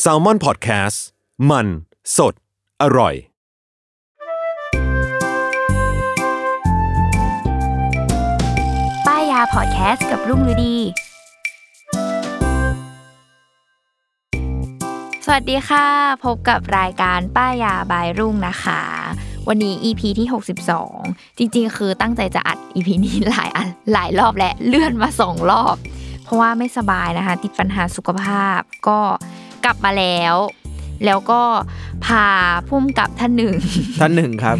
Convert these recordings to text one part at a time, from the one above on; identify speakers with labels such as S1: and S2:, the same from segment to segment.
S1: แซลมอนพอดแคสต์มันสดอร่อย
S2: ป้ายยาพอดแคสต์กับรุ่งฤดี สวัสดีค่ะ พบกับรายการป้ายยาบายรุ่งนะคะ วันนี้ EP ที่ 62 จริงๆ คือตั้งใจจะอัด EP นี้หลายอันหลายรอบและเลื่อนมาสองรอบ เพราะว่าไม่สบายนะคะ ติดปัญหาสุขภาพก็กลับมาแล้ว แล้วก็พาพุ่มกับท่านหนึ่ง
S3: ท่านหนึ่งครับ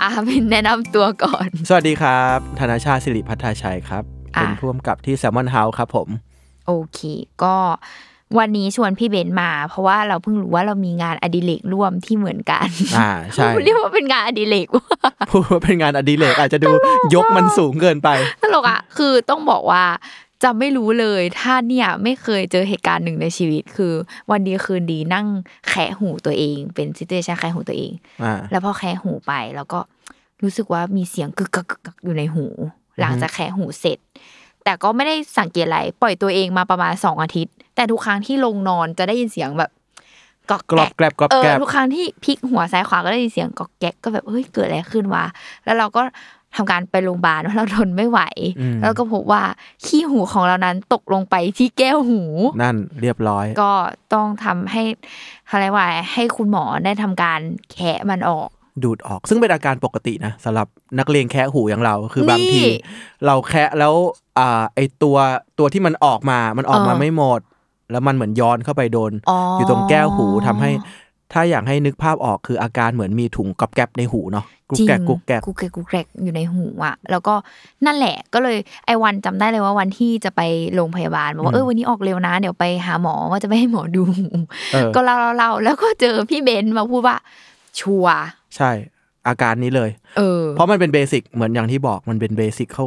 S2: อาเป็นแนะนำตัวก่อน
S3: สวัสดีครับ ธนาชาติสิริพัฒนาชัยครับ
S2: อ่ะ
S3: เป็นผู้กำกับที่แซมมอนเฮาส์ครับผม
S2: โอเค ก็วันนี้ชวนพี่เบนซ์มา เพราะว่าเราเพิ่งรู้ว่าเรามีงานอดิเรกร่วมที่เหมือนกัน
S3: อ่า ใช่
S2: เรียกว่าเป็นงานอดิเรกวะ
S3: พูดว่าเป็นงานอดิเรกอาจจะดูยกมันสูงเกินไป
S2: ตลกอ่ะ คือต้องบอกว่าจะไม่รู้เลยถ้าเนี่ยไม่เคยเจอเหตุการณ์หนึ่งในชีวิต คือวันดีคืนดีนั่งแคะหูตัวเอง เป็นซิเตชันแคะหูตัวเอง
S3: อ่า
S2: แล้วพอแคะหูไปแล้วก็รู้สึกว่ามีเสียงกึกกักกึกกักอยู่ในหู หลังจากแคะหูเสร็จ แต่ก็ไม่ได้สังเกตอะไรปล่อยตัวเองมาประมาณสองอาทิตย์ แต่ทุกครั้งที่ลงนอนจะได้ยินเสียงแบบกอก
S3: กรอบแกรบกรอบ
S2: เออ
S3: แกรบ
S2: ทุกครั้งที่พลิกหัวซ้ายขวาก็ได้ยินเสียงกอกแก๊กก็แบบเฮ้ยเกิดอะไรขึ้นวะแล้วเราก็ทำการไปโรงพยาบาลว่าเราทนไม่ไหว
S3: อืม
S2: แล้วก็พบว่าขี้หูของเรานั้นตกลงไปที่แก้วหู
S3: นั่นเรียบร้อย
S2: ก็ต้องทำให้เขาเรียกว่าให้คุณหมอได้ทำการแคะมันออก
S3: ดูดออก ซึ่งเป็นอาการปกตินะสำหรับนักเลงแคะหูอย่างเรา คือบางที
S2: นี่
S3: เราแคะแล้ว อ่า ไอตัว ตัวที่มันออกมา มันออกมา
S2: เออ
S3: ไม่หมด แล้วมันเหมือนย้อนเข้าไปโดน อยู่ตรงแก้วหูทำให้ ถ้าอยากให้นึกภาพออกคืออาการเหมือนมีถุงกรอบแกรบในหูเนาะ กุกแกรกกุกแกรก
S2: จริงกกแกรกอยู่ในหูอ่ะ แล้วก็นั่นแหละก็เลยไอ้วันจำได้เลยว่าวันที่จะไปโรงพยาบาลบอกว่า
S3: อืม
S2: เออวันนี้ออกเร็วนะ เดี๋ยวไปหาหมอว่าจะไปให้หมอดูหู
S3: เออ
S2: ก็เล่าเล่าเล่าแล้วก็เจอพี่เบนซ์มาพูดว่า ชัวร์
S3: ใช่อาการนี้เลย
S2: เออ
S3: เพราะมันเป็นเบสิกเหมือนอย่างที่บอกมันเป็นเบสิกเขา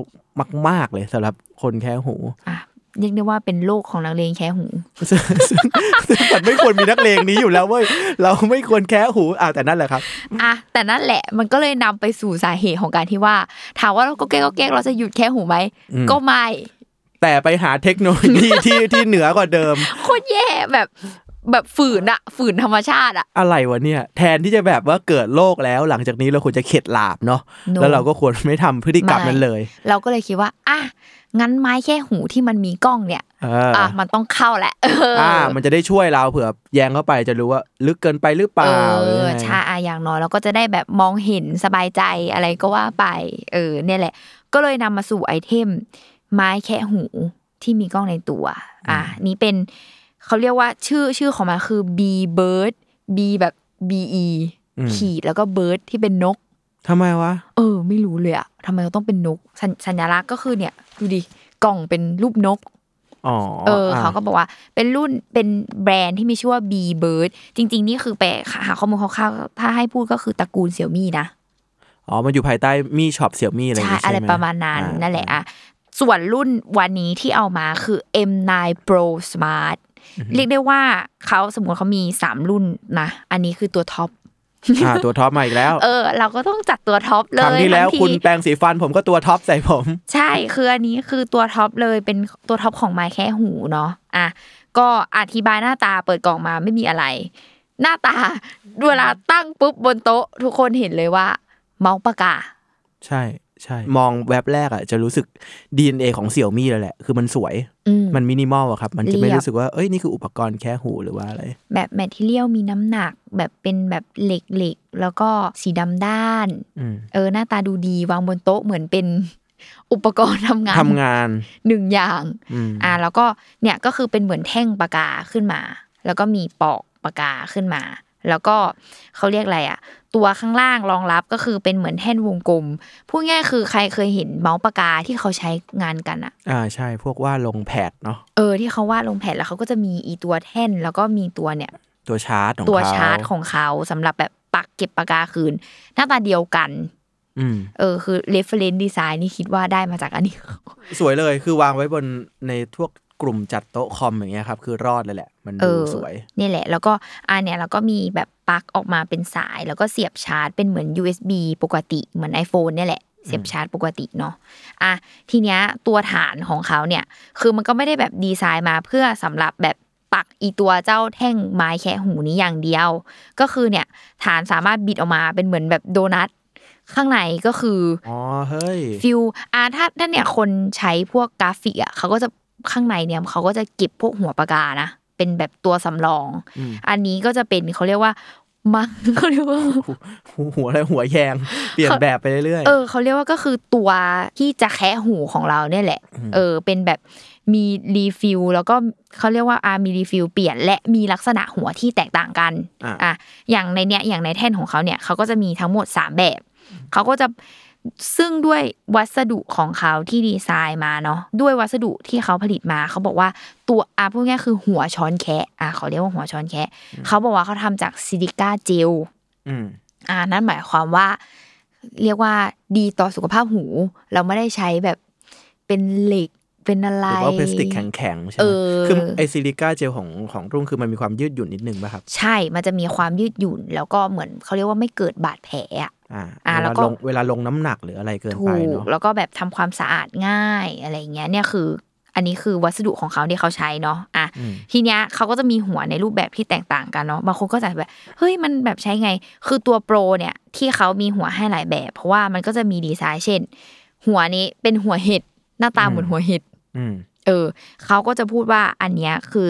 S3: มาก ๆ เลยสำหรับคนแค่หู
S2: อ่ะเรียกได้ว่าเป็นโรคของนักเลงแค่หู
S3: ซึ่งซึ่งซึ่งมันไม่ควรมีนักเลงนี้อยู่แล้วเว้ยเราไม่ควรแค่หูอ่าแต่นั่นแหละครับ
S2: อ่ะแต่นั่นแหละมันก็เลยนำไปสู่สาเหตุของการที่ว่าถามว่าเราก็แก้ก็แก้เราจะหยุดแค่หูไหม
S3: อืม
S2: ก็ไม่
S3: แต่ไปหาเทคโนโลยี ที่ที่เหนือกว่าเดิม
S2: โคตรแย่แบบแบบฝืนอะฝืนธรรมชาติอะ
S3: อะไรวะเนี่ย แทนที่จะแบบว่าเกิดโรคแล้ว หลังจากนี้เราควรจะเข็ดหลาบเนาะ
S2: No
S3: แล้วเราก็ควรไม่ทำพฤติกรรม
S2: ไม่
S3: นั้นเลย
S2: เราก็เลยคิดว่า อ่ะ งั้นไม้แค่หูที่มันมีกล้องเนี่ย
S3: เออ
S2: อ่ะ
S3: อ่ะ
S2: มันต้องเข้าแหละเออ
S3: อ่า มันจะได้ช่วยเราเผื่อแยงเข้าไปจะรู้ว่า ลึกเกินไปหรือเปล่า
S2: เอ
S3: หรือ
S2: อ
S3: ยังไง
S2: ใชาอะอย่างน้อยเราก็จะได้แบบมองเห็นสบายใจอะไรก็ว่าไป เออ เนี่ยแหละ ก็เลยนำมาสู่ไอเทม ไม้แค่หูที่มีกล้องในตัว อ่ะ นี่เป็นเขาเรียกว่าชื่อชื่อของมันคือ B bird B แบบ B E
S3: อืม
S2: ขีดแล้วก็ bird ที่เป็นนก
S3: ทำไมวะ
S2: เออ ไม่รู้เลยอะทำไมเราต้องเป็นนกสัญสัญลักษณ์ก็คือเนี่ย ดูดิ กล่องเป็นรูปนก
S3: อ๋อ
S2: เออ
S3: อ่ะ
S2: เขาก็บอกว่าเป็นรุ่นเป็นแบรนด์ที่มีชื่อว่า B Bird จริง ๆ นี่คือไปหาข้อมูลคร่าวๆถ้าให้พูดก็คือตระกูลเสี่ยวมี่นะ
S3: อ๋อ มันอยู่ภายใต้มีช็อปเสี่ยวมีอะไรอย่าง
S2: ใช่
S3: งี้ใช่
S2: อะ
S3: ไหม
S2: ไรประมาณนั้น
S3: อ่
S2: นั่นแหละอ่ะส่วนรุ่นวันนี้ที่เอามาคือ M9 Pro Smart เรียกได้ว่าเขาสมมติเขามี 3 รุ่นนะ อันนี้คือตัวท็อป
S3: อ่า ตัวท็อปมาอีกแล้ว
S2: เออ เราก็ต้องจัดตัวท็อปเลย
S3: ครั้งที่แล้ว
S2: ทั้ง
S3: คุณแปรงสีฟันผมก็ตัวท็อปใส่ผม
S2: ใช่คืออันนี้คือตัวท็อปเลยเป็นตัวท็อปของไม้แค่หูเนาะอ่ะก็อธิบายหน้าตาเปิดกล่องมาไม่มีอะไร หน้าตาเวลาตั้งปุ๊บบนโต๊ะ ทุกคนเห็นเลยว่า เมาส์ปากกา
S3: ใช่ ใช่ มองแว็บแรกอ่ะจะรู้สึก DNA ของเสี่ยวมี่เลยแหละ คือมันสวย
S2: อืม
S3: มันมินิมอลอะครับ มันจะไม่
S2: เรียบ
S3: รู้สึกว่า เอ้ย นี่คืออุปกรณ์แค่หูหรือว่าอะไร
S2: แบบแมทเทียลมีน้ำหนัก แบบเป็นแบบเหล็กเหล็กๆแล้วก็สีดำด้าน
S3: อืม
S2: เออหน้าตาดูดีวางบนโต๊ะเหมือนเป็น อุปกรณ์ทำงาน
S3: ทำงาน
S2: หนึ่งอย่าง
S3: อืม
S2: อ่าแล้วก็เนี่ยก็คือเป็นเหมือนแท่งปากกาขึ้นมา แล้วก็มีปอกปากกาขึ้นมา แล้วก็เขาเรียกอะไรอ่ะ ตัวข้างล่างรองรับก็คือเป็นเหมือนแท่นวงกลมพูดง่ายคือใครเคยเห็นเมาส์ปากกาที่เขาใช้งานกันอ่ะ
S3: อ่าใช่พวกว่าลงแพดเนาะ
S2: เออที่เขาวาดลงแผ่นแล้วเขาก็จะมีอีตัวแท่น แล้วก็มีตัวเนี่ย
S3: ตัวชาร์จของ
S2: ตัว
S3: เข
S2: ชาร์จของเขาสำหรับแบบปักเก็บปากกาคืน หน้าตาเดียวกัน
S3: อืม
S2: เออคือ reference design นี่คิดว่าได้มาจากอันนี้
S3: สวยเลยคือวางไว้บนในพวกกลุ่มจัดโต๊ะคอมอย่างเงี้ยครับ คือรอดเลยแหละ มัน
S2: เอ
S3: ดู
S2: อ
S3: สวย
S2: นี่แหละ แล้วก็อันเนี้ยเราก็มีแบบปลั๊กออกมาเป็นสาย แล้วก็เสียบชาร์จเป็นเหมือน USB ปกติเหมือน iPhone เนี่ยแหละ เสียบชาร์จปกติเนาะอ่ะทีเนี้ยตัวฐานของเขาเนี่ยคือมันก็ไม่ได้แบบดีไซน์มาเพื่อสำหรับแบบปักอีตัวเจ้าแท่งไม้แคะหูนี้อย่างเดียว ก็คือเนี่ยฐานสามารถบิดออกมาเป็นเหมือนแบบโดนัทข้างในก็คือ
S3: อ๋อ เฮ้ย
S2: ฟิลอ่าถ้าถ้าเนี่ยคนใช้พวกกราฟิกอ่ะเขาก็จะข้างในเนี่ยเขาก็จะเก็บพวกหัวปากกานะ เป็นแบบตัวสำรอง
S3: อืม
S2: อันนี้ก็จะเป็นเขาเรียกว่ามัง เขาเรียกว่า
S3: หัวหัวอะไรหัวแย ง เปลี่ยนแบบไปเรื่อย
S2: เออเขาเรียกว่าก็คือตัวที่จะแคะหูของเราเนี่ยแหละ เออ เป็นแบบมีรีฟิลแล้วก็เขาเรียกว่าอามีรีฟิลเปลี่ยนและมีลักษณะหัวที่แตกต่างกัน
S3: ๆอ่ะ
S2: อ่ะอย่างในเนี้ยอย่างในแท่นของเขาเนี่ยเขาก็จะมีทั้งหมด 3 แบบ เขาก็จะซึ่งด้วยวัสดุของเขาที่ดีไซน์มาเนาะด้วยวัสดุที่เขาผลิตมา เขาบอกว่าตัวอ่ะพูดง่ายๆคือหัวช้อนแคะอ่ะเขาเรียกว่าหัวช้อนแคะเขาบอกว่าเขาทำจากซิลิก้าเจล
S3: อืม
S2: อ่านั่นหมายความว่า เรียกว่าดีต่อสุขภาพหู เราไม่ได้ใช้แบบเป็นเหล็กเป็นอะไร
S3: หรือว่าพลาสติกแข็งๆ ใช่ไห
S2: เอ
S3: ม
S2: อ
S3: คือไอซิลิก้าเจลของของรุ่งคือมันมีความยืดหยุ่นนิดนึงป่ะครับ
S2: ใช่ มันจะมีความยืดหยุ่น แล้วก็เหมือนเขาเรียกว่าไม่เกิดบาดแผลอะ
S3: อ่า
S2: อ่ะ
S3: เว
S2: แล้
S3: ลาว
S2: ก็
S3: ลงเวลาลงน้ำหนักหรืออะไรเกิน
S2: ถู
S3: ไป
S2: ก
S3: เนาะ
S2: แล้วก็แบบทำความสะอาดง่ายอะไรอย่างเงี้ยเนี่ยคืออันนี้คือวัสดุของเขาที่เขาใช้เนาะอ่ะ
S3: อืม
S2: ทีเนี้ยเขาก็จะมีหัวในรูปแบบที่แตกต่างกันเนาะบางคนก็จะแบบเฮ้ยมันแบบใช้ไง คือตัวโปรเนี่ยที่เขามีหัวให้หลายแบบ เพราะว่ามันก็จะมีดีไซน์เช่น หัวนี้เป็นหัวเห็ดหน้าตาเหมือนหัวเห็ด
S3: อืม
S2: เออเขาก็จะพูดว่าอันเนี้ยคือ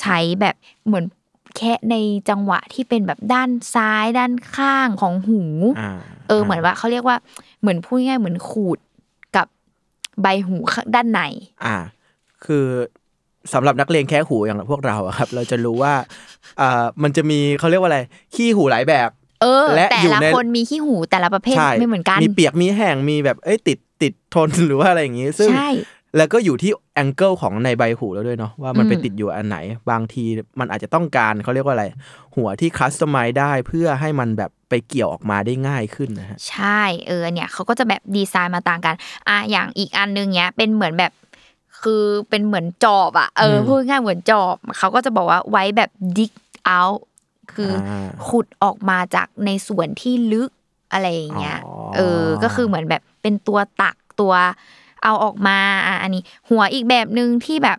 S2: ใช้แบบเหมือนแค่ในจังหวะที่เป็นแบบด้านซ้ายด้านข้างของหู
S3: อ่า
S2: เออเหมือนว่าเขาเรียกว่าเหมือนพูดง่ายๆเหมือนขูดกับใบหูข้างด้านใน
S3: อ่า คือสำหรับนักเลงแค่หูอย่างพวกเราอะครับ เราจะรู้ว่าอ่ามันจะมีเขาเรียกว่าอะไร ขี้หูหลายแบบ
S2: เออ
S3: และ
S2: แต่
S3: อยู่
S2: ละ
S3: ใน
S2: คนมีขี้หูแต่ละประเภท
S3: ใช่
S2: ไม่เหมือนกัน
S3: มีเปียกมีแห้งมีแบบเอ้ยติดติดทน หรือว่าอะไรอย่างงี้ ซึ่ง
S2: ใช่
S3: แล้วก็อยู่ที่แองเกิลของในใบหูแล้วด้วยเนาะว่ามัน
S2: อืม
S3: ไปติดอยู่อันไหน บางทีมันอาจจะต้องการเขาเรียกว่าอะไร หัวที่คัสตอมไมได้เพื่อให้มันแบบไปเกี่ยวออกมาได้ง่ายขึ้นนะฮะ
S2: ใช่เออเนี่ยเขาก็จะแบบดีไซน์มาต่างกันอ่ะอย่างอีกอันนึงเนี้ยเป็นเหมือนแบบคือเป็นเหมือนจอบอ่ะเออพูดง่ายๆเหมือนจอบเขาก็จะบอกว่าไว้แบบ dig out คืออาขุดออกมาจากในส่วนที่ลึกอะไรอย่างเงี้ย
S3: อ๋อ
S2: เออก็คือเหมือนแบบเป็นตัวตักตัวเอาออกมาอ่ะอันนี้ หัวอีกแบบหนึ่งที่แบบ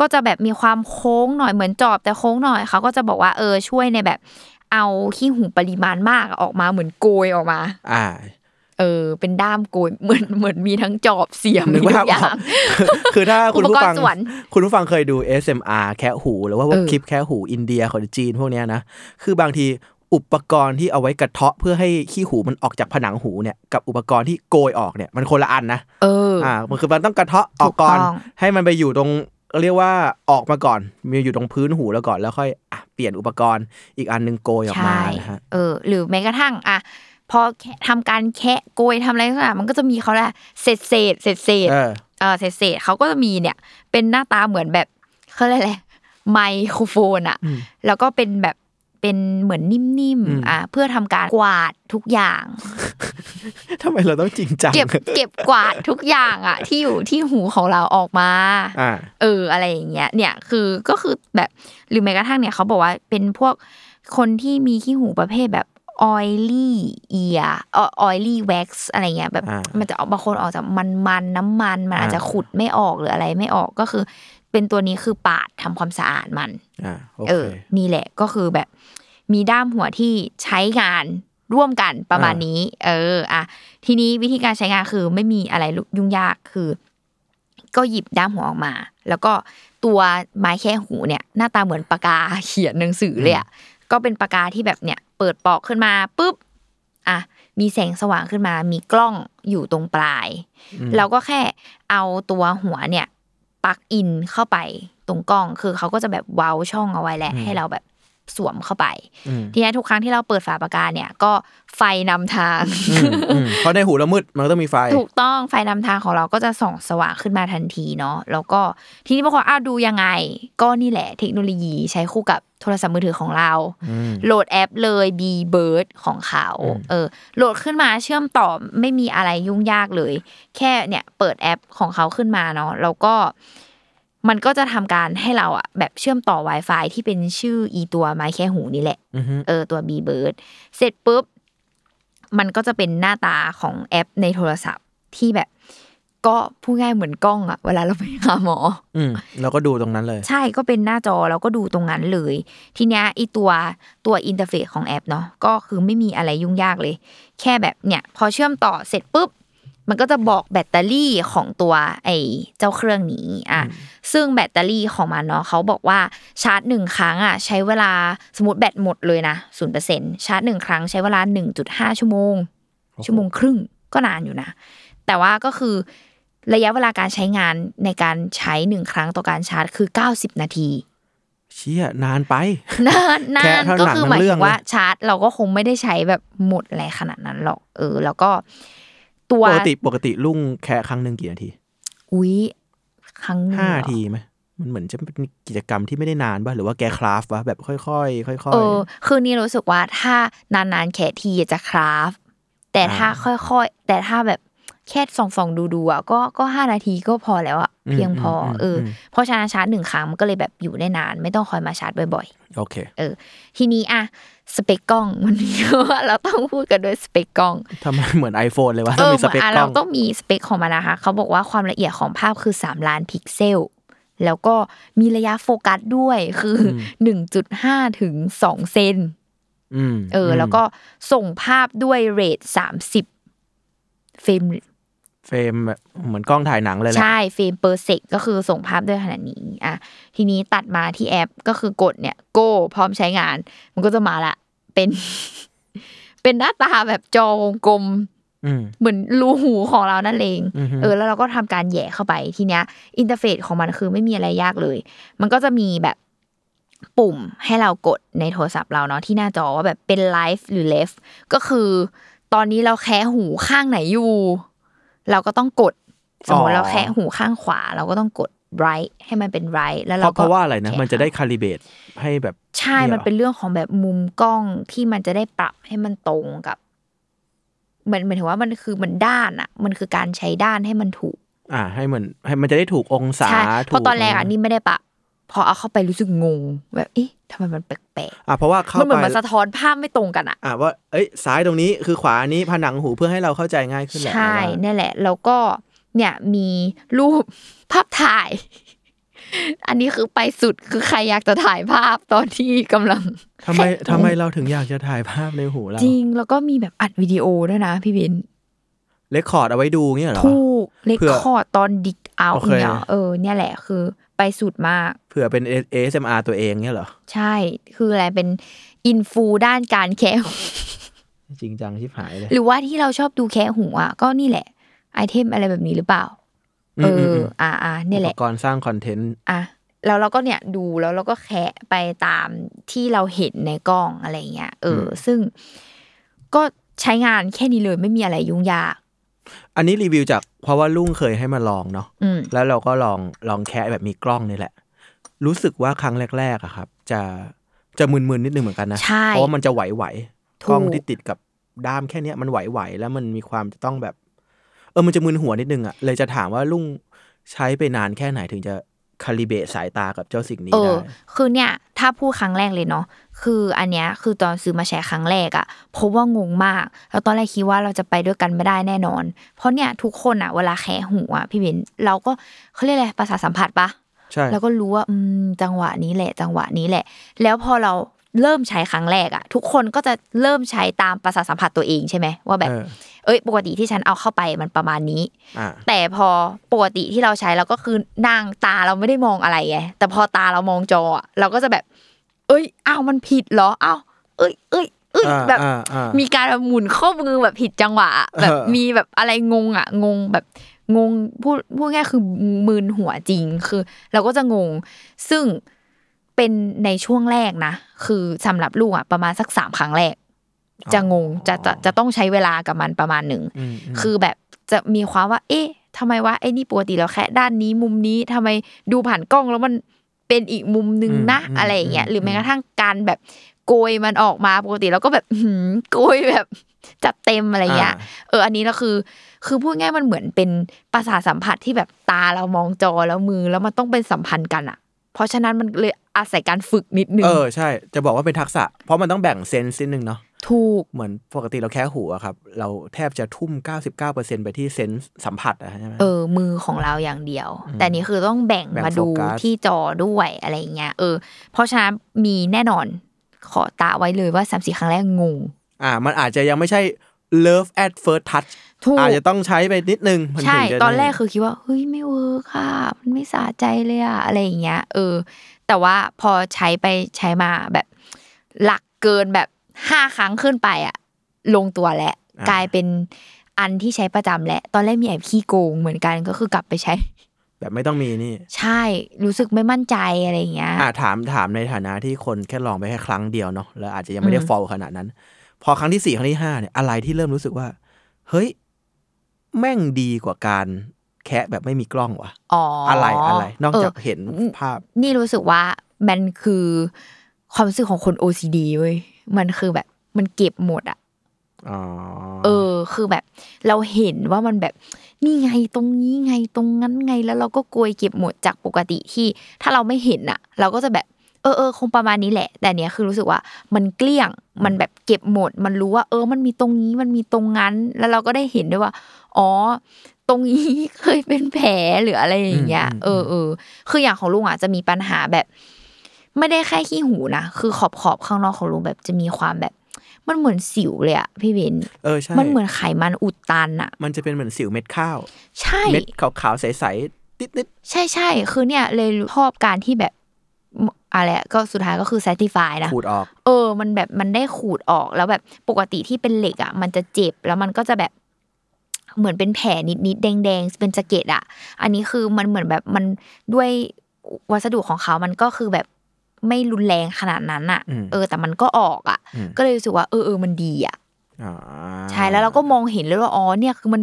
S2: ก็จะแบบมีความโค้งหน่อยเหมือนจอบ แต่โค้งหน่อยเขาก็จะบอกว่าเออช่วยในแบบ เอาขี้หูปริมาณมากออกมาเหมือนโกยออกมา
S3: อ่า
S2: เออเป็นด้ามโกย เหมือนเหมือนมีทั้งจอบเสียม
S3: นึก
S2: มีทุ
S3: ภาพ
S2: กอย่า
S3: ออก
S2: ง
S3: คือถ้าคุณผู้ฟั
S2: อุปกร
S3: ง
S2: ณ์สวรรค์
S3: คุณผู้ฟังเคยดู ASMR แค่หูหรือว่าพวก
S2: เออ
S3: คลิปแค่หูอินเดียของจีนพวกเนี้ยนะ คือบางทีอุปกรณ์ที่เอาไว้กระเทาะเพื่อให้ขี้หูมันออกจากผนังหูเนี่ยกับอุปกรณ์ที่โกยออกเนี่ยมันคนละอันนะ
S2: เออ
S3: อ่ามันคือมันต้องกระเทาะออกก่อน
S2: ถูกต้อง
S3: ให้มันไปอยู่ตรงเรียกว่าออกมาก่อน มีอยู่ตรงพื้นหูแล้วก่อนแล้วค่อยอ่ะเปลี่ยนอุปกรณ์อีกอันหนึ่งโกยออกมา
S2: ใช่
S3: นะฮะ
S2: เออ หรือแม้กระทั่งอ่ะพอแค่ทำการแคะโกยทำอะไรต่างๆมันก็จะมีเขาแหละเศษเศษเศษเศษ
S3: เออ
S2: เออเศษเศษเขาก็จะมีเนี่ย เป็นหน้าตาเหมือนแบบเขาเรียก อะไรไมโครโฟนอ่ะ
S3: อืม
S2: แล้วก็เป็นแบบเป็นเหมือนนิ่ม
S3: อืม
S2: ๆอ่ะเพื่อทำการกวาดทุกอย่าง
S3: ทำไมเราต้องจริงจัง
S2: เก็บเก็บกวาดทุกอย่างอ่ะ ที่อยู่ที่หูของเราออกมา
S3: อ่า
S2: เอออะไรอย่างเงี้ยเนี่ยคือก็คือแบบหรือแม้กระทั่งเนี่ยเขาบอกว่าเป็นพวกคนที่มีขี้หูประเภทแบบ oily ear อ oily wax อะไรเงี้ยแบบ
S3: อ่า
S2: มันจะออกบางคนออกจากมันมันๆน้ำมันมันอาจ
S3: อ่า
S2: จะขุดไม่ออกหรืออะไรไม่ออกก็คือ เป็นตัวนี้คือปาดทำความสะอาดมัน
S3: อ่าโอ
S2: เอ
S3: เค
S2: อ นี่แหละก็คือแบบ มีด้ามหัวที่ใช้งาน ร่วมกันประมาณ
S3: อ่านี้
S2: นี้ เอออ่ะทีนี้วิธีการใช้งานคือไม่มีอะไรยุ่งยากคือ ก็หยิบด้ามหัวออกมา แล้วก็ตัวไม้แค่หูเนี่ย หน้าตาเหมือนปากกา เขียนหนังสือเลยอะก็เป็นปากกาที่แบบเนี่ยเปิดปอกขึ้นมาปุ๊บอ่ะมีแสงสว่างขึ้นมา มีกล้องอยู่ตรงปลาย เราก็แค่เอาตัวหัวเนี่ยปลักอินเข้าไปตรงกล้อง คือเขาก็จะแบบเว้าช่องเอาไว้แหละ
S3: อืม
S2: ให้เราแบบสวมเข้าไป
S3: อืม
S2: ทีนี้ทุกครั้งที่เราเปิดฝาปากกาเนี่ยก็ไฟนำทาง
S3: อืมอืมเพราะในหูเรามืดมันก็ต้องมีไฟ
S2: ถูกต้องไฟนำทางของเราก็จะส่องสว่างขึ้นมาทันทีเนาะแล้วก็ทีนี้บางคนอ้าวดูยังไง ก็นี่แหละเทคโนโลยีใช้คู่กับโทรศัพท์มือถือของเรา
S3: อืม
S2: โหลดแอปเลย b b i r d ของเขาเออโหลดขึ้นมาเชื่อมต่อไม่มีอะไรยุ่งยากเลย แค่เนี่ยเปิดแอปของเขาขึ้นมาเนาะแล้วก็ มันก็จะทำการให้เราอะแบบเชื่อมต่อ Wi-Fi ที่เป็นชื่ออีตัวไม้แค่หูนี่แหละ
S3: อือฮึ
S2: เออตัว b b i r d เสร็จปุ๊บ มันก็จะเป็นหน้าตาของแอปในโทรศัพท์ที่แบบ ก็พูดง่ายเหมือนกล้องอะเวลาเราไปหาหมอ
S3: อืมเราก็ดูตรงนั้นเลย
S2: ใช่ก็เป็นหน้าจอแล้วก็ดูตรงนั้นเลย ทีเนี้ยไอตัวตัวอินเทอร์เฟซของแอปเนาะก็คือไม่มีอะไรยุ่งยากเลย แค่แบบเนี่ย พอเชื่อมต่อเสร็จปุ๊บ มันก็จะบอกแบตเตอรี่ของตัวไอเจ้าเครื่องนี้อ่ะซึ่งแบตเตอรี่ของมันเนาะเขาบอกว่าชาร์จหนึ่งครั้งอ่ะใช้เวลาสมมติแบตหมดเลยนะศูนเปอร์เซ็นชาร์จหนึ่งครั้งใช้เวลาหนึ่งจุดห้าชั่วโมง ชั่วโมงครึ่งก็นานอยู่นะ แต่ว่าก็คือระยะเวลาการใช้งานในการใช้หนึ่งครั้งต่อการชาร์จคือ 90 นาที
S3: เชี่ยนานไป
S2: นานนา
S3: แค่
S2: น
S3: เท่า
S2: ก็
S3: หนัง
S2: คือ
S3: ทั้ง
S2: หมาย
S3: เรื่
S2: ถึ
S3: อง
S2: ง
S3: เลย
S2: ว่าชาร์จ เราก็คงไม่ได้ใช้แบบหมดอะไรขนาดนั้นหรอกเออ แล้วก็ตัว
S3: ปกติปกติลุงแค่ครั้งหนึ่งกี่นาที
S2: อุ๊ยครั้งนึ่ง
S3: ห้า
S2: เรอ
S3: ทีไหมมันเหมือนจะเป็นกิจกรรมที่ไม่ได้นานป่ะหรือว่าแกคราฟป่ะแบบค่อยๆค่อยๆ
S2: เออคือนี่รู้สึกว่าถ้านานๆแค่ทีจะคราฟ แต่ถ้า
S3: อ่า
S2: ค่อยๆ แต่ถ้าแบบแค่ส่องๆดูๆอะก็ก็ห้านาทีก็พอแล้วอะ
S3: อืม
S2: เพียงพออ
S3: ม
S2: เอออ
S3: ม
S2: เพราะฉะนั้นชาร์จหนึ่งครั้งมันก็เลยแบบอยู่ได้นาน ไม่ต้องคอยมาชาร์จบ่อย
S3: โอเค
S2: ๆ ทีนี้อะสเปกกล้อง มันมีว่าเราต้องพูดกันด้วยสเปกกล้อง
S3: ทำไมเหมือน iPhone เลยวะต้องมีส
S2: เห
S3: เป
S2: มื
S3: คน
S2: อ่ะ
S3: กล้
S2: เรา
S3: อง
S2: ต้องมีสเปคของมันนะคะเขาบอกว่าความละเอียดของภาพคือ 3 ล้านพิกเซล แล้วก็มีระยะโฟกัสด้วยคืออ1.5ถึง2เซน
S3: อืม
S2: เอออแล้วก็ส่งภาพด้วยเรทสามสิบเฟรม
S3: เฟรมแบบเหมือนกล้องถ่ายหนังเลยแหละ
S2: ใช่เฟรมเปอร์เซกก็คือส่งภาพด้วยขนาดนี้อ่ะทีนี้ตัดมาที่แอปก็คือกดเนี่ย โก้พร้อมใช้งาน มันก็จะมาละเป็น เป็นหน้าตาแบบจอวงกลม
S3: อืม
S2: เหมือนรูหูของเรานั่นเอง
S3: อือฮึ
S2: เออ แล้วเราก็ทำการแหย่เข้าไปทีเนี้ยอินเทอร์เฟซของมันคือไม่มีอะไรยากเลย มันก็จะมีแบบปุ่มให้เรากดในโทรศัพท์เราเนาะที่หน้าจอว่าแบบเป็นไลฟ์หรือเลฟก็คือ ตอนนี้เราแคะหูข้างไหนอยู่ เราก็ต้องกด สมมติเราแคะหูข้างขวา เราก็ต้องกด right ให้มันเป็น right แล้ว
S3: เพ
S2: เรา
S3: ราะเพ
S2: ก็
S3: ราะว่าอะไรนะ
S2: แค
S3: มันจะได้คาลิเบตให้แบบ
S2: ใช่
S3: เนี่ยเหรอ
S2: มันเป็นเรื่องของแบบมุมกล้องที่มันจะได้ปรับให้มันตรงกับเหมือนเหมือนถึงว่ามันคือมันด้านอะมันคือการใช้ด้านให้มันถูก
S3: อ่า ให้เหมือนให้มันจะได้ถูกองศา
S2: ใช่
S3: ถู
S2: เพราะตอนแรกอะนี่ไม่ได้ปรับพอเอาเข้าไปรู้สึกงง แบบเอ๊ะทำไมมันแปลก
S3: อ่ะเพราะว่า
S2: ๆ
S3: เข้า
S2: มันเหมือน
S3: ไป
S2: มันสะท้อนภาพไม่ตรงกันอะ
S3: อ่ะว่าเอ้ยซ้ายตรงนี้คือขวานี้ผนังหูเพื่อให้เราเข้าใจง่ายขึ้นแหละ
S2: ใช่
S3: เราว่า
S2: นี่นแหละ แล้วก็เนี่ยมีรูป ภาพถ่าย อันนี้คือไปสุดคือใครอยากจะถ่ายภาพตอนที่กำลัง
S3: ทำไมทำไมเราถึงอยากจะถ่ายภาพในหูเรา
S2: จริงแล้วก็มีแบบอัดวิดีโอด้วยนะพี่เบน
S3: เลคคอร์ดเอาไว้ดูเงี้ยเหรอ
S2: ถูกเลค
S3: เผื่อ
S2: คอร์ดตอนดิกเอา
S3: โอเค
S2: เนี่ยเออ เนี่ยแหละคือไปสุดมาก
S3: เผื่อเป็น ASMR ตัวเองเงี้ยเหรอ
S2: ใช่ คืออะไรเป็นอินฟูด้านการแคะหู
S3: จริงจังชิบหายเลย
S2: หรือว่าที่เราชอบดูแคะหูอ่ะ ก็นี่แหละ ไอเทมอะไรแบบนี้หรือเปล่า เอออ
S3: ม
S2: อ่าอ่า
S3: ๆๆ
S2: เนี่ยแห
S3: อุ
S2: ละ
S3: ปกรณ์สร้างคอนเทนต์
S2: อ่ะแล้วเราก็เนี่ยดูแล้วเราก็แคะไปตามที่เราเห็นในกล้องอะไรเงี้ยเอออ ซึ่งก็ใช้งานแค่นี้เลยไม่มีอะไรยุ่งยาก
S3: อันนี้รีวิวจากเพราะว่าลุงเคยให้มาลองเนาะ
S2: อืม
S3: แล้วเราก็ลองลองแคะแบบมีกล้องนี่แหละ รู้สึกว่าครั้งแรกๆอะครับ จะจะมึนๆนิดนึงเหมือนกันนะ
S2: ใช่
S3: เพราะว่ามันจะไหว
S2: ถูก
S3: ๆกล้องที่ติดกับด้ามแค่เนี้ยมันไหวๆแล้วมันมีความจะต้องแบบ เออมันจะมึนหัวนิดนึงอะเลยจะถามว่าลุงใช้ไปนานแค่ไหนถึงจะคาลิเบตสายตากับเจ้าสิ่งนี้
S2: เอ
S3: ได้
S2: อ คือเนี่ย ถ้าพูดครั้งแรกเลยเนาะ คืออันเนี้ย คือตอนซื้อมาแชร์ครั้งแรกอะพบว่างงมาก แล้วตอนแรกคิดว่าเราจะไปด้วยกันไม่ได้แน่นอน เพราะเนี่ยทุกคนอะเวลาแคะหูอะพี่เบนเราก็เขาเรียกอะไร ภาษาทสัมผัสปะ
S3: ใช่
S2: แล้วก็รู้ว่าอืมจังหวะนี้แหละ จังหวะนี้แหละ แล้วพอเรา เริ่มใช้ครั้งแรกอะทุกคนก็จะเริ่มใช้ตามประสาทสัมผัสตัวเองใช่ไหมว่าแบบ
S3: เออ
S2: เอ้ยปกติที่ฉันเอาเข้าไปมันประมาณนี้
S3: อ่า
S2: แต่พอปกติที่เราใช้เราก็คือนั่งตาเราไม่ได้มองอะไรไงแต่พอตาเรามองจออะเราก็จะแบบ เอ้ยอ้าวมันผิดเหรออ้าวเอ้ยเอ้ยเอ้ย
S3: อ่า
S2: แบบ
S3: อ่าอ่ามี
S2: มีการแบบหมุนข้อมือแบบผิดจังหวะอะแบบ
S3: เออ
S2: มีแบบอะไรงงอ่ะ งงแบบงงพูดพูดง่ายคือมึนหัวจริงคือ เราก็จะงง ซึ่งเป็นในช่วงแรกนะ คือสำหรับลูกอ่ะประมาณสักสามครั้งแรก จะงงจะจะจะต้องใช้เวลากับมันประมาณหนึ่ง
S3: อืมอืม
S2: คือแบบจะมีความว่า เอ๊ะทำไมวะไอ้นี่ปกติเราแค่ด้านนี้มุมนี้ทำไมดูผ่านกล้องแล้วมันเป็นอีกมุมหนึ่งนะ
S3: อืม
S2: อะไรอย่างเงี้ย
S3: อืม
S2: หรือแม้กระทั่งการแบบโกยมันออกมาปกติเราก็แบบหืมโกยแบบจัดเต็มอะไรเงี้ยเอออันนี้เราคือ คือพูดง่ายมันเหมือนเป็นประสาทสัมผัสที่แบบตาเรามองจอแล้วมือแล้วมันต้องเป็นสัมพันธ์กันอ่ะ เพราะฉะนั้นมันเลยอาศัยการฝึกนิดนึง
S3: เออใช่ จะบอกว่าเป็นทักษะ เพราะมันต้องแบ่งเซนส์นิดนึงเนาะ
S2: ถูก
S3: เหมือนปกติเราแค่หูอะครับ เราแทบจะทุ่ม 99%ไปที่เซนส์สัมผัสอะใช่ไหม
S2: เออมือของเราอย่างเดียว แต่นี่คือต้องแบ่ง
S3: แบ่ง
S2: มาดู
S3: โฟกัส
S2: ที่จอด้วยอะไรอย่างเงี้ยเออ เพราะฉะนั้นมีแน่นอนขอตาไว้เลยว่าสามสี่ครั้งแรกงง
S3: อ่า มันอาจจะยังไม่ใช่ love at first touch
S2: ถูก
S3: อาจจะต้องใช้ไปนิดนึงมันถึ
S2: ใช่
S3: งจะ
S2: ตอนแรกคือคิดว่าเฮ้ยไม่เวิร์คค่ะ มันไม่สะใจเลยอะอะไรอย่างเงี้ย เออ แต่ว่าพอใช้ไปใช้มาแบบ หลักเกินแบบห้าครั้งขึ้นไปอะลงตัวแล้วกลายเป็นอันที่ใช้ประจำแล้วตอนแรกมีแอบขี้โกงเหมือนกันก็คือกลับไปใช้
S3: แบบไม่ต้องมีนี่
S2: ใช่รู้สึกไม่มั่นใจอะไรอย่างเงี้ย
S3: อ่าถามถามในฐานะที่คนแค่ลองไปแค่ครั้งเดียวเนาะแล้วอาจจะยังไม่ได้
S2: อืม
S3: ฟอลขนาดนั้น พอครั้งที่สี่ครั้งที่ห้าเนี่ยอะไรที่เริ่มรู้สึกว่า เฮ้ย แม่งดีกว่าการแคะแบบไม่มีกล้องวะ
S2: อ๋ออ
S3: อะไรอะไร นอกจาก
S2: เออ
S3: เห็นภาพ
S2: นี่รู้สึกว่ามันคือความรู้สึกของคน OCD เว้ยมันคือแบบมันเก็บหมดอะ
S3: อ๋อ
S2: เออ คือแบบเราเห็นว่ามันแบบนี่ไงตรงนี้ไงตรงนั้นไงแล้วเราก็กลวยเก็บหมดจากปกติที่ ถ้าเราไม่เห็นอะเราก็จะแบบเออเออคงประมาณนี้แหละ แต่เนี้ยคือรู้สึกว่ามันเกลี้ยงมันแบบเก็บหมด มันรู้ว่า เออ มันมีตรงนี้มันมีตรงนั้น แล้วเราก็ได้เห็นด้วยว่า อ๋อ ตรงนี้ เคยเป็นแผลหรืออะไรอย่างเงี้ย
S3: อืมอื
S2: เออ
S3: ม
S2: เออ คืออย่างของลุงอ่ะจะมีปัญหาแบบ ไม่ได้แค่ขี้หูนะ คือขอบขอบข้างนอกของลุงแบบจะมีความแบบ มันเหมือนสิวเลยอะพี่เบน
S3: เออใช่
S2: มันเหมือนไขมันอุดตันอะ
S3: มันจะเป็นเหมือนสิวเม็ดข้าว
S2: ใช่
S3: เม็ดขาวๆใสๆนิด
S2: ใช่ใช่ คือเนี่ยเลยชอบการที่แบบมอะไรอะก็สุดท้ายก็คือ satisfy นะ
S3: ๆขูดออก
S2: เออ มันแบบมันได้ขูดออกแล้วแบบปกติที่เป็นเหล็กอ่ะ มันจะเจ็บแล้วมันก็จะแบบเหมือนเป็นแผลนิดๆแดงๆเป็นสะเก็ดอ่ะ อันนี้คือมันเหมือนแบบมันด้วยวัสดุของเขามันก็คือแบบไม่รุนแรงขนาดนั้นอ่ะ
S3: อืม
S2: เออ แต่มันก็ออกอ่ะ
S3: อืม
S2: ก็เลยรู้สึกว่าเออเออมันดีอ่ะ
S3: อ่า
S2: ใช่แล้วเราก็มองเห็นเลยว่าอ๋อเนี่ยคือมัน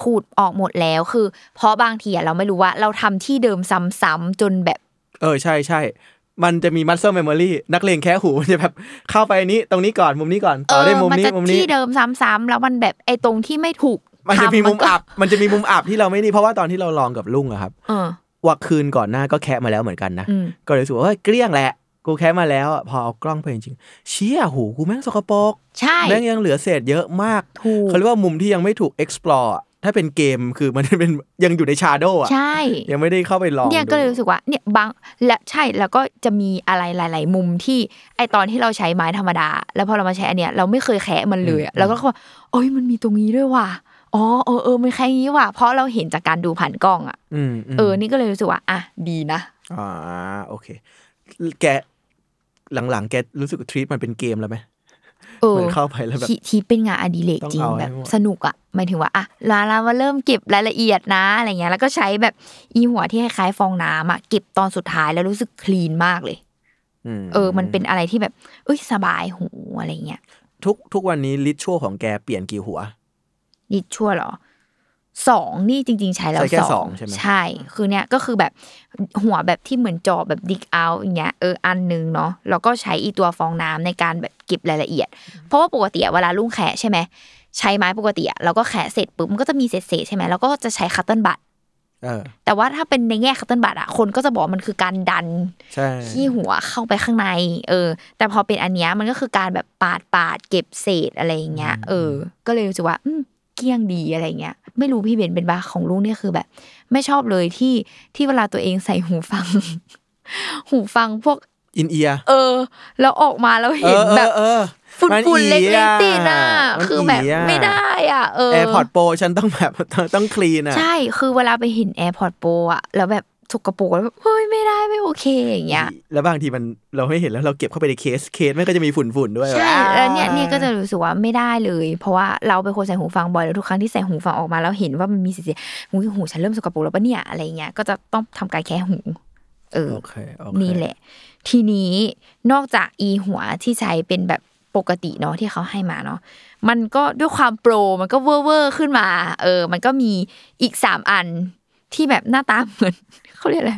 S2: ขูดออกหมดแล้วคือ เพราะบางทีอะเราไม่รู้ว่าเราทำที่เดิมซ้ำๆจนแบบ
S3: เออใช่ใช่ มันจะมีมั s เ l อร์เมมโมรีนักเลงแค่หู มันจะแบบเข้าไปนี้ตรงนี้ก่อนมุมนี้ก่อน
S2: เอ
S3: ต่อ
S2: อ
S3: ด้วยมุม
S2: มัน
S3: นี้
S2: จะ
S3: มุมนี้
S2: ที่เดิมซ้ำๆแล้วมันแบบไอ้ตรงที่ไม่ถูก
S3: มันจะมี
S2: ทำ
S3: มุม
S2: ก็
S3: อับ มันจะมีมุมอับที่เราไม่นี่เพราะว่าตอนที่เราลองกับลุงอะครับ
S2: เออ
S3: ว่าคืนก่อนหน้าก็แคะมาแล้วเหมือนกันนะ
S2: อืม
S3: ก็เลยรู้สึกว่าเฮ้ยเกลี้ยงแหละ กูแคะมาแล้วอะพอเอากล้องไปจริงๆเชี่ยหูกูแม่งสกปรก
S2: ใช่
S3: แม่งยังเหลือเศษเยอะมาก
S2: ถูก
S3: เขาเรียกว่ามุมที่ยังไม่ถูก explore อะถ้าเป็นเกมคือมันเป็นยังอยู่ใน shadow อะ
S2: ใช่
S3: ยังไม่ได้เข้าไปลอง
S2: เนี่ยก็เลย
S3: ดู
S2: รู้สึกว่าเนี่ยบางและใช่แล้วก็จะมีอะไรหลาย ๆ มุมที่ไอตอนที่เราใช้ไม้ธรรมดา แล้วพอเรามาใช้อันเนี้ยเราไม่เคยแคะมันเลยอะ
S3: อืม
S2: เราก็ว่าโอ้ยมันมีตรงนี้ด้วยว่ะอ๋อเออเออมันแค่นี้ว่ะเพราะเราเห็นจากการดูผ่านกล้องอ่ะ
S3: อืมม
S2: เออ นี่ก็เลยรู้สึกว่า อ่ะ ดีนะ
S3: อ่าโอเค แกหลังๆ แกรู้สึกทรีตมันเป็นเกมแล้วไหม
S2: เออ
S3: เหมือนเข้าไปแล้วแบบ
S2: ที่ที่เป็นงานอดิเรก
S3: ต้อง
S2: จริง
S3: เอาให้
S2: แบบ
S3: หมด
S2: สนุกอ่ะหมายถึงว่า อ่ะลาลามาเริ่มเก็บรายละเอียดนะ อะไรเงี้ย แล้วก็ใช้แบบอีหัวที่คล้ายๆฟองน้ำอ่ะ เก็บตอนสุดท้ายแล้วรู้สึกคลีนมากเลย
S3: ม
S2: เออ มันเป็นอะไรที่แบบ เอ้ย สบายหูอะไรเงี้ย
S3: ทุกทุกวันนี้ลิชั่วของแกเปลี่ยนกี่หัว
S2: ดิชชั่วเหรอสองนี่จริง ๆ ใช้แล้ว
S3: ใช้แค่
S2: ส
S3: ส
S2: อ
S3: อง งใช่ไหม
S2: ใช่ คือเนี่ยก็คือแบบหัวแบบที่เหมือนจอแบบดิกเอาอย่างเงี้ยเอออันหนึงเนาะแล้วก็ใช้อีตัวฟองน้ำในการแบบเก็บรายละเอียด เพราะว่าปกติอะเวลาลุงแขะใช่ไหมใช้ไม้ปกติอะเราก็แขะเสร็จปุ๊บมันก็จะมีเศษเศษๆใช่ไหมแล้วก็จะใช้คัตเติลบัต
S3: เออ
S2: แต่ว่าถ้าเป็นในแง่คัตเติลบัตอะคนก็จะบอกว่ามันคือการดัน
S3: ใช่
S2: ขี้หัวเข้าไปข้างใน เออ แต่พอเป็นอันเนี้ยมันก็คือการแบบปาดปาดเก็บเศษอะไรอย่างเงี้ย เออ ก็เลยรู้สึกว่าอืมเกลี้ยงดีอะไรเงี้ย ไม่รู้พี่เบนเป็นบ้าของลูกเนี่ยคือแบบ ไม่ชอบเลยที่ที่เวลาตัวเองใส่หูฟัง หูฟังพวก
S3: อินเอียร์
S2: เออ แล้วออกมาแล้ว
S3: เอ
S2: เห็น
S3: อ
S2: แบบ
S3: เออ
S2: ฝุ่น
S3: มัน
S2: ฝุ่น
S3: อี
S2: เล็ก
S3: อะ
S2: ๆตีน่ะ
S3: มัน
S2: คือแบบ
S3: อีอะ
S2: ไม่ได้อ่ะเออ
S3: แอร์พอร์ตโปรฉันต้องแบบ ต้องคลีนอ่ะ
S2: ใช่ คือเวลาไปเห็น AirPod Pro อะแล้วแบบสกปรกแล้วแบบเฮ้ยไม่ได้ไม่โอเคอย่างเงี้ย
S3: แล้วบางทีมันเราไม่เห็นแล้วเราเก็บเข้าไปในเคสเคสแม่งก็จะมีฝุ่นฝุ่นๆด้วย
S2: ใช่
S3: อ่ะ
S2: แล้วเนี่ยเนี่ยก็จะรู้สึกว่าไม่ได้เลย เพราะว่าเราเป็นคนใส่หูฟังบ่อยแล้วทุกครั้งที่ใส่หูฟังออกมาแล้วเห็นว่ามันมีเสียๆหูหูฉันเริ่มสกปรกแล้วปะเนี่ยอะไรเงี้ย ก็จะต้องทำการแค่หู เออ
S3: โอเคโอเค
S2: นี่แหละ ทีนี้นอกจากอีหัวที่ใช้เป็นแบบปกติเนาะที่เขาให้มาเนาะมันก็ด้วยความโปรมันก็เวอร์เวอร์ขึ้นมา เออ มันก็มีอีกสามอันที่แบบหน้าตาเหมือน เขาเรียกอะไร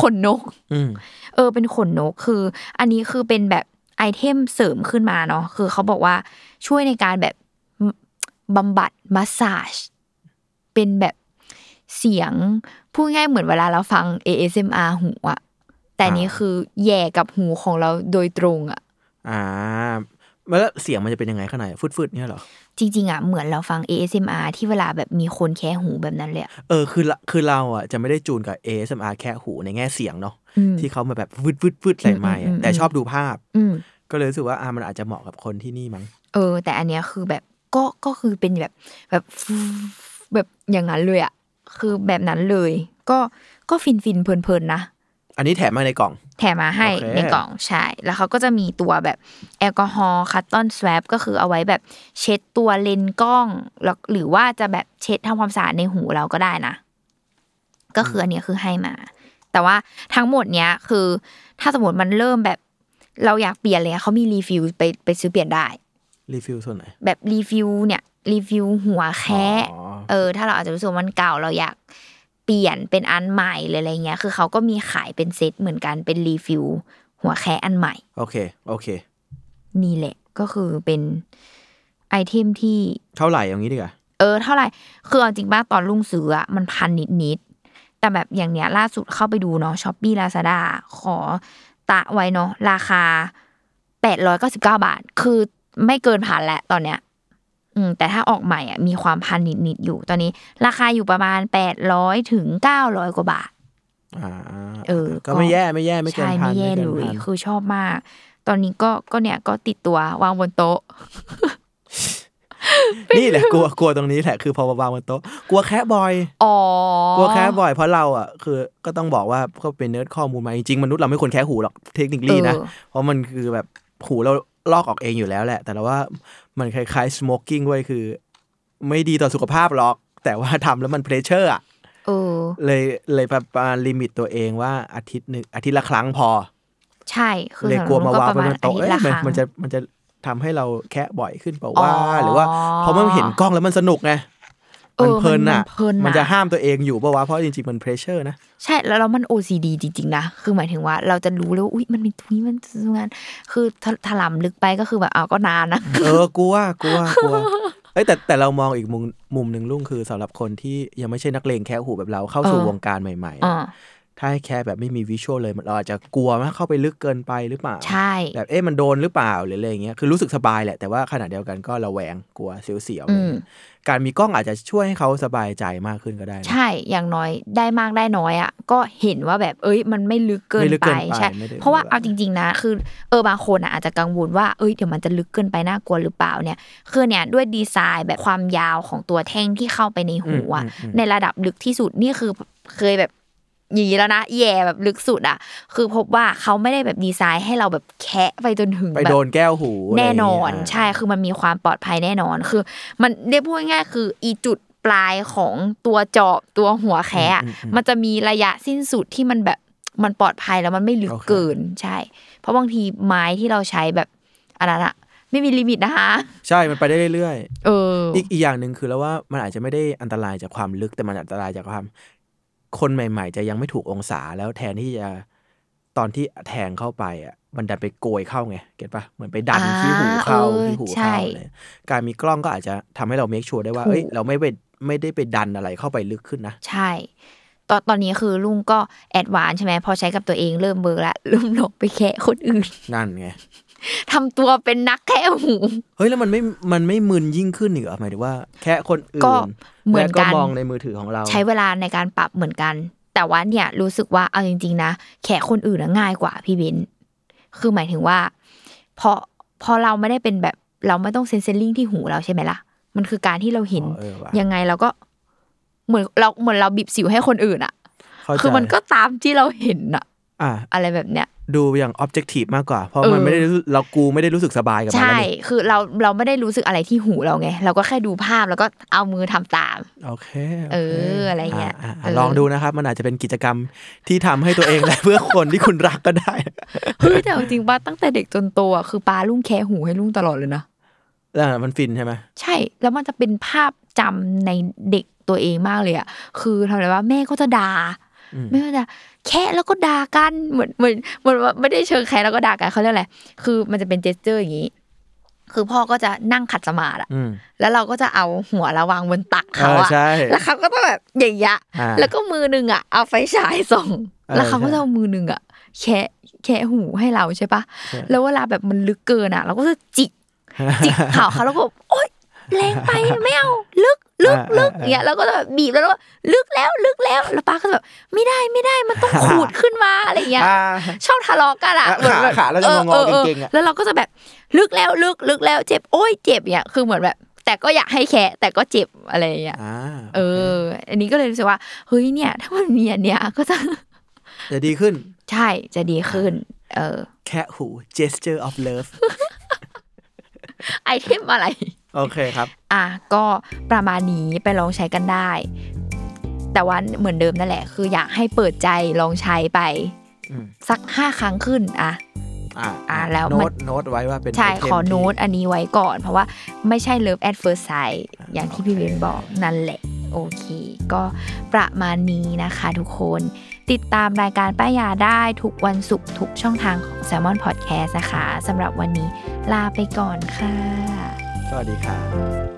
S2: ขนนก
S3: อืม
S2: เออเป็นขนนกคือ อันนี้คือเป็นแบบไอเทมเสริมขึ้นมาเนาะคือเขาบอกว่าช่วยในการแบบบำบัดมัสซาจเป็นแบบเสียงพูดง่ายเหมือนเวลาเราฟัง ASMR หูอะแต่อันนี้คือแย่กับหูของเราโดยตรงอะ
S3: อ่าแล้วเสียงมันจะเป็นยังไงข้างในฟืดๆเนี่ยเหรอ
S2: จริง ๆอะเหมือนเราฟัง ASMR ที่เวลาแบบมีคนแค่หูแบบนั้นเลยอะ
S3: เออคือละคือเราอ่ะจะไม่ได้จูนกับ ASMR แค่หูในแง่เสียงเนาะ
S2: อืม
S3: ที่เขามาแบบวืดวืดวืดใส่ไม้
S2: อืมอืม
S3: แต่ชอบดูภาพ
S2: อืม
S3: ก็เลยรู้สึกว่าอ่ะมันอาจจะเหมาะกับคนที่นี่มั้ง
S2: เออ แต่อันเนี้ยคือแบบก็ก็คือเป็นแบบแบบ ฟูแบบอย่างนั้นเลยอะคือแบบนั้นเลย ก็ก็ฟินฟินๆเพลินๆนะ
S3: อันนี้แถมมาในกล่อง
S2: แถมมาให้
S3: โอเค
S2: ในกล่องใช่ แล้วเขาก็จะมีตัวแบบแอลกอฮอล์คัตตอนสวบก็คือเอาไว้แบบเช็ดตัวเลนส์กล้องแล้วหรือว่าจะแบบเช็ดทำความสะอาดในหูเราก็ได้นะ ก็คืออันเนี้ยคือให้มา แต่ว่าทั้งหมดเนี้ยคือ ถ้าสมมติมันเริ่มแบบเราอยากเปลี่ยนเลยอะเขามีรีฟิลไปไปซื้อเปลี่ยนได้
S3: รีฟิลส่วนไหน
S2: แบบรีฟิวเนี่ยรีฟิวหัวแคะ
S3: อ๋อ
S2: เออ ถ้าเราอาจจะรู้สึกว่ามันเก่าเราอยากเปลี่ยนเป็นอันใหม่หรืออะไรเงี้ย คือเขาก็มีขายเป็นเซตเหมือนกันเป็นรีฟิวหัวแคะอันใหม่
S3: โอเค โอเค
S2: นี่แหละก็คือเป็นไอเทมที่
S3: เท่าไหร่อย่างนี้ดีกว่า
S2: เออเท่าไหร่คือเอาจริงป้าตอนลุงซื้ออะมันพันนิดนิดๆแต่แบบอย่างเนี้ยล่าสุดเข้าไปดูเนาะช้อปปี้ลาซาด้าขอตะไว้เนาะราคาแปดร้อยเก้าสิบเก้าบาท คือไม่เกินพันแหละตอนเนี้ย อืมแต่ถ้าออกใหม่อ่ะมีความพันนิดนิดๆอยู่ ตอนนี้ราคาอยู่ประมาณแปดร้อยถึงเก้าร้อยกว่าบาท
S3: อ่า
S2: เออ
S3: ก็ไม่แย่ไม่แย่ไม่เกิน
S2: ใช่
S3: พั
S2: ไม่
S3: น
S2: แย่
S3: กิ
S2: เล
S3: น
S2: ย
S3: พัน
S2: คือชอบมาก ตอนนี้ก็ก็เนี่ยก็ติดตัววางบนโต๊ะ
S3: นี่แหละกลัวกลัวตรงนี้แหละคือพอวางบนโต๊ะกลัวแค่บอย
S2: อ๋อก
S3: ลัวแค่บ่อยเพราะเราอ่ะคือก็ต้องบอกว่าก็เป็นเนิร์ดข้อมูลมาจริงๆมนุษย์เราไม่ควรแค่หูหรอกเทคนิคลีนะ
S2: เออ
S3: เพราะมันคือแบบหูเราลอกออกเองอยู่แล้วแหละ แต่เราว่ามันคล้ายๆ smoking ไว้ยคือ ไม่ดีต่อสุขภาพหรอก แต่ว่าทำแล้วมันเพรสเชอร์อะ
S2: เออ
S3: เลยเลยประมาณลิมิตตัวเองว่าอาทิตย์หนึ่งอาทิตย์ละครั้งพอ
S2: ใช่คือ
S3: เลยกลัวมาวางไว้บนโต๊ะ
S2: สำห
S3: เอ้ย
S2: รับห
S3: มัน
S2: ก็ปรณอาทิตย์ลครั้ง
S3: มันจะมันจะทำให้เราแคะบ่อยขึ้นเปล่า
S2: อ๋อ
S3: ว่า หรือว่าเพราะมันเห็นกล้องแล้วมันสนุกไง
S2: เอ
S3: มัน
S2: อ
S3: เพลินอ่ะ
S2: มันเพลินอะ
S3: มันจะห้ามตัวเองอยู่เปล่าวะเพราะจริงๆมันเพรสเชอร์นะ
S2: ใช่แล้วแล้วมัน OCD จริงๆนะ คือหมายถึงว่าเราจะรู้เลยว่าอุ้ยมันมีตรงนี้มันตรงนั้นคือถ้าถลำลึกไปก็คือแบบเอาก็นานนะ
S3: เออกลัวกลัวกลัวเอ้ยแต่แต่เรามองอีกมุมมุมหนึ่งลุงคือสำหรับคนที่ยังไม่ใช่นักเลงแค่หูแบบเราเข้าสู่
S2: เออ
S3: วงการใหม่ๆ
S2: อ่า
S3: อะถ้าให้แค่แบบไม่มีวิชวลเลยมันเราอาจจะกลัวว่าเข้าไปลึกเกินไปหรือเปล่า
S2: ใช่
S3: แบบเอ๊ะมันโดนหรือเปล่าหรืออะไรอย่างเงี้ยคือรู้สึกสบายแหละแต่ว่าขณะเดียวกันก็ระแวงกลัวเสียวๆอะ
S2: อื
S3: ไร
S2: ม
S3: เงี้ยการมีกล้องอาจจะช่วยให้เขาสบายใจมากขึ้นก็ได้นะ
S2: ใช่ อย่างน้อยได้มากได้น้อยอ่ะ ก็เห็นว่าแบบเอ้ย มันไม่ลึกเกิน
S3: ไม่ลึก
S2: ไป
S3: เกินไป
S2: ใช่
S3: ไม่ได้
S2: เพราะว่า
S3: ไม่ได้
S2: เอาจริง ๆ นะ คือเออบางคนอะอาจจะกังวลว่าเอ้ยเดี๋ยวมันจะลึกเกินไปน่ากลัวหรือเปล่าเนี่ยคือเนี่ยด้วยดีไซน์แบบความยาวของตัวแท่งที่เข้าไปในหูอะในระดับลึกที่สุดนี่คือเคยแบบอยางงีแล้วนะแย่แบบลึกสุดอะคือพบว่าเขาไม่ได้แบบดีไซน์ให้เราแบบแคะไปจนถึง
S3: ไป
S2: แบบ
S3: โดนแก้วหูะไร
S2: แน่
S3: ย่าง
S2: น
S3: เงี้
S2: อย น
S3: อ่ะ
S2: ใช่คือมันมีความปลอดภัยแน่นอนคือ มันเรียกพูดง่ายๆคืออีจุดปลายของตัวจอบตัวหัวแคะอะมันจะมีระยะสิ้นสุดที่มันแบบมันปลอดภัยแล้วมันไม่ลึก
S3: โอเค
S2: เกินใช่ เพราะบางทีไม้ที่เราใช้แบบอันนั้นอะไม่มีลิมิตนะคะ
S3: ใช่มันไปได้เรื่อยๆ
S2: เอออ
S3: อีกอีกอย่างหนึ่งคือแล้วว่ามันอาจจะไม่ได้อันตรายจากความลึกแต่มันอันตรายจากความ คนใหม่ ๆ จะยังไม่ถูกองศาแล้วแทนที่จะตอนที่แทงเข้าไปอ่ะมันดันไปโกยเข้าไงเก็ตปะเหมือนไปดัน
S2: อ่า
S3: ที่หูเข้า
S2: เออ
S3: ที่หู
S2: ใช่
S3: เข้าเลยการมีกล้องก็อาจจะทำให้เราเมคชัวร์ได้ว่า
S2: ถูก
S3: เอ้ยเราไม่ไปไม่ได้ไปดันอะไรเข้าไปลึกขึ้นนะ
S2: ใช่ ตอนตอนนี้คือลุงก็แอดวานซ์ใช่ไหมพอใช้กับตัวเองเริ่มเบิร์ละ เริ่มหลบไปแคะคนอื่น
S3: นั่นไง
S2: ทำตัวเป็นนักแคะหู
S3: เฮ้ยแล้วมันไม่มันไม่มึนยิ่งขึ้นเหรอหมายถึงว่า แค่คนอื่น
S2: ก็เหมือนกัน
S3: แล้วมองในมือถือของเรา
S2: ใช้เวลาในการปรับเหมือนกัน แต่ว่าเนี่ยรู้สึกว่าเอาจริงๆนะ แขกคนอื่นน่ะง่ายกว่าพี่เบน คือหมายถึงว่าพอพอเราไม่ได้เป็นแบบเราไม่ต้องเซนเซอร์ลิงที่หูเราใช่ไหมล่ะ มันคือการที่เราเห็น
S3: อ๋อเออว่ะ
S2: ยังไงเราก็เหมือนเราเหมือนเราบีบสิวให้คนอื่นอะ
S3: เข้าใจ
S2: คือมันก็ตามที่เราเห็นอะ
S3: อ่ะ
S2: อะไรแบบเนี้ย
S3: ดูอย่าง objective มากกว่า เพราะ
S2: เออ
S3: มันไม่ได้รู้สึกเรากูไม่ได้รู้สึกสบายกับมัน
S2: ใช่
S3: แล้วนี่
S2: คือเราเราไม่ได้รู้สึกอะไรที่หูเราไง เราก็แค่ดูภาพแล้วก็เอามือทำ ตาม
S3: โอเคโค
S2: เอออะไรเงี้ย
S3: ะะ
S2: เอ
S3: อ่ะ
S2: อ
S3: ลองดูนะครับ มันอาจจะเป็นกิจกรรมที่ทำให้ตัวเองและเพื่อคนที่คุณรักก็ได้
S2: เฮ้ยแต่เอาจริงป้าตั้งแต่เด็กจนโตอ่ะคือป้าลุงแค่หูให้ลุงตลอดเลยนะ
S3: แล้วมันฟินใช่ไหม
S2: ใช่แล้วมันจะเป็นภาพจำในเด็กตัวเองมากเลยอ่ะคือทำอะไรว่าแม่ก็จะด่า
S3: อืม
S2: แม่ก็จะแค่แล้วก็ด่ากันเหมือนเหมือนเหมือนว่าไม่ได้เชิงแค่แล้วก็ด่ากันเขาเรียกอะไรคือมันจะเป็นเจสเจอร์อย่างนี้ คือพ่อก็จะนั่งขัดสมาธิอะ
S3: อืม
S2: แล้วเราก็จะเอาหัวเราวางบนตัก
S3: เอ
S2: เขา
S3: อ
S2: อะ
S3: ใช่
S2: แล้วเขาก็ต้องแบบอย่างเงี้ย
S3: อ่า
S2: แล้วก็มือหนึ่งอะเอาไฟฉายส่อง
S3: เออ
S2: แล้วเขาก็
S3: ใช่
S2: จะเอามือหนึ่งอะแคะแคะหูให้เราใช่ปะแล้วเวลาแบบมันลึกเกินอะเราก็จะจิ ก จิกเขาเขาแล้วก็แบบโอ๊ยแรงไปไม่เอาลึกลึกลึกอย่างเงี้ยแล้วก็แบบบีบแล้วก็ลึกแล้วลึกแล้วแล้วป้าก็แบบไม่ได้ไม่ได้มันต้องขูดขึ้นมาอะไรอย่างเงี้ย
S3: อ่า
S2: ชอบทะเลาะกันอะ
S3: อ่ะ
S2: เหมือนแบบ
S3: ขาขาเราจะงอๆ
S2: ออ
S3: เกร็งๆอะ
S2: แล้วเราก็จะแบบลึกแล้วลึกลึกแล้วเจ็บโอ๊ยเจ็บเนี่ยคือเหมือนแบบ แต่ก็อยากให้แคะแต่ก็เจ็บอะไรอย่างเงี้ย
S3: อ่า
S2: เออ อันนี้ก็เลยรู้สึกว่าเฮ้ยเนี่ย ถ้ามันมีอันเนี้ยก็จะ
S3: จะดีขึ้น
S2: ใช่จะดีขึ้น เออ
S3: แค่หู gesture of love
S2: ไอเทมอะไร
S3: โอเคครับ
S2: อ่ะก็ประมาณนี้ไปลองใช้กันได้ แต่ว่าเหมือนเดิมนั่นแหละ คืออยากให้เปิดใจลองใช้ไป
S3: อืม
S2: สักห้าครั้งขึ้นอ่ะ
S3: อ่า
S2: อ่ะแล้วมัน
S3: โน้ตโน้ตไว้ว่าเป็น
S2: ใช่
S3: ไเทม
S2: ขอโน้ต
S3: ที่
S2: อันนี้ไว้ก่อน เพราะว่าไม่ใช่ Love at First Sight อย่างที่พี่เบนบอกนั่นแหละ โอเค ก็ประมาณนี้นะคะทุกคน ติดตามรายการป้ายาได้ทุกวันศุกร์ทุกช่องทางของ Salmon Podcast นะคะสำหรับวันนี้ลาไปก่อนค่ะ
S3: สวัสดีครับ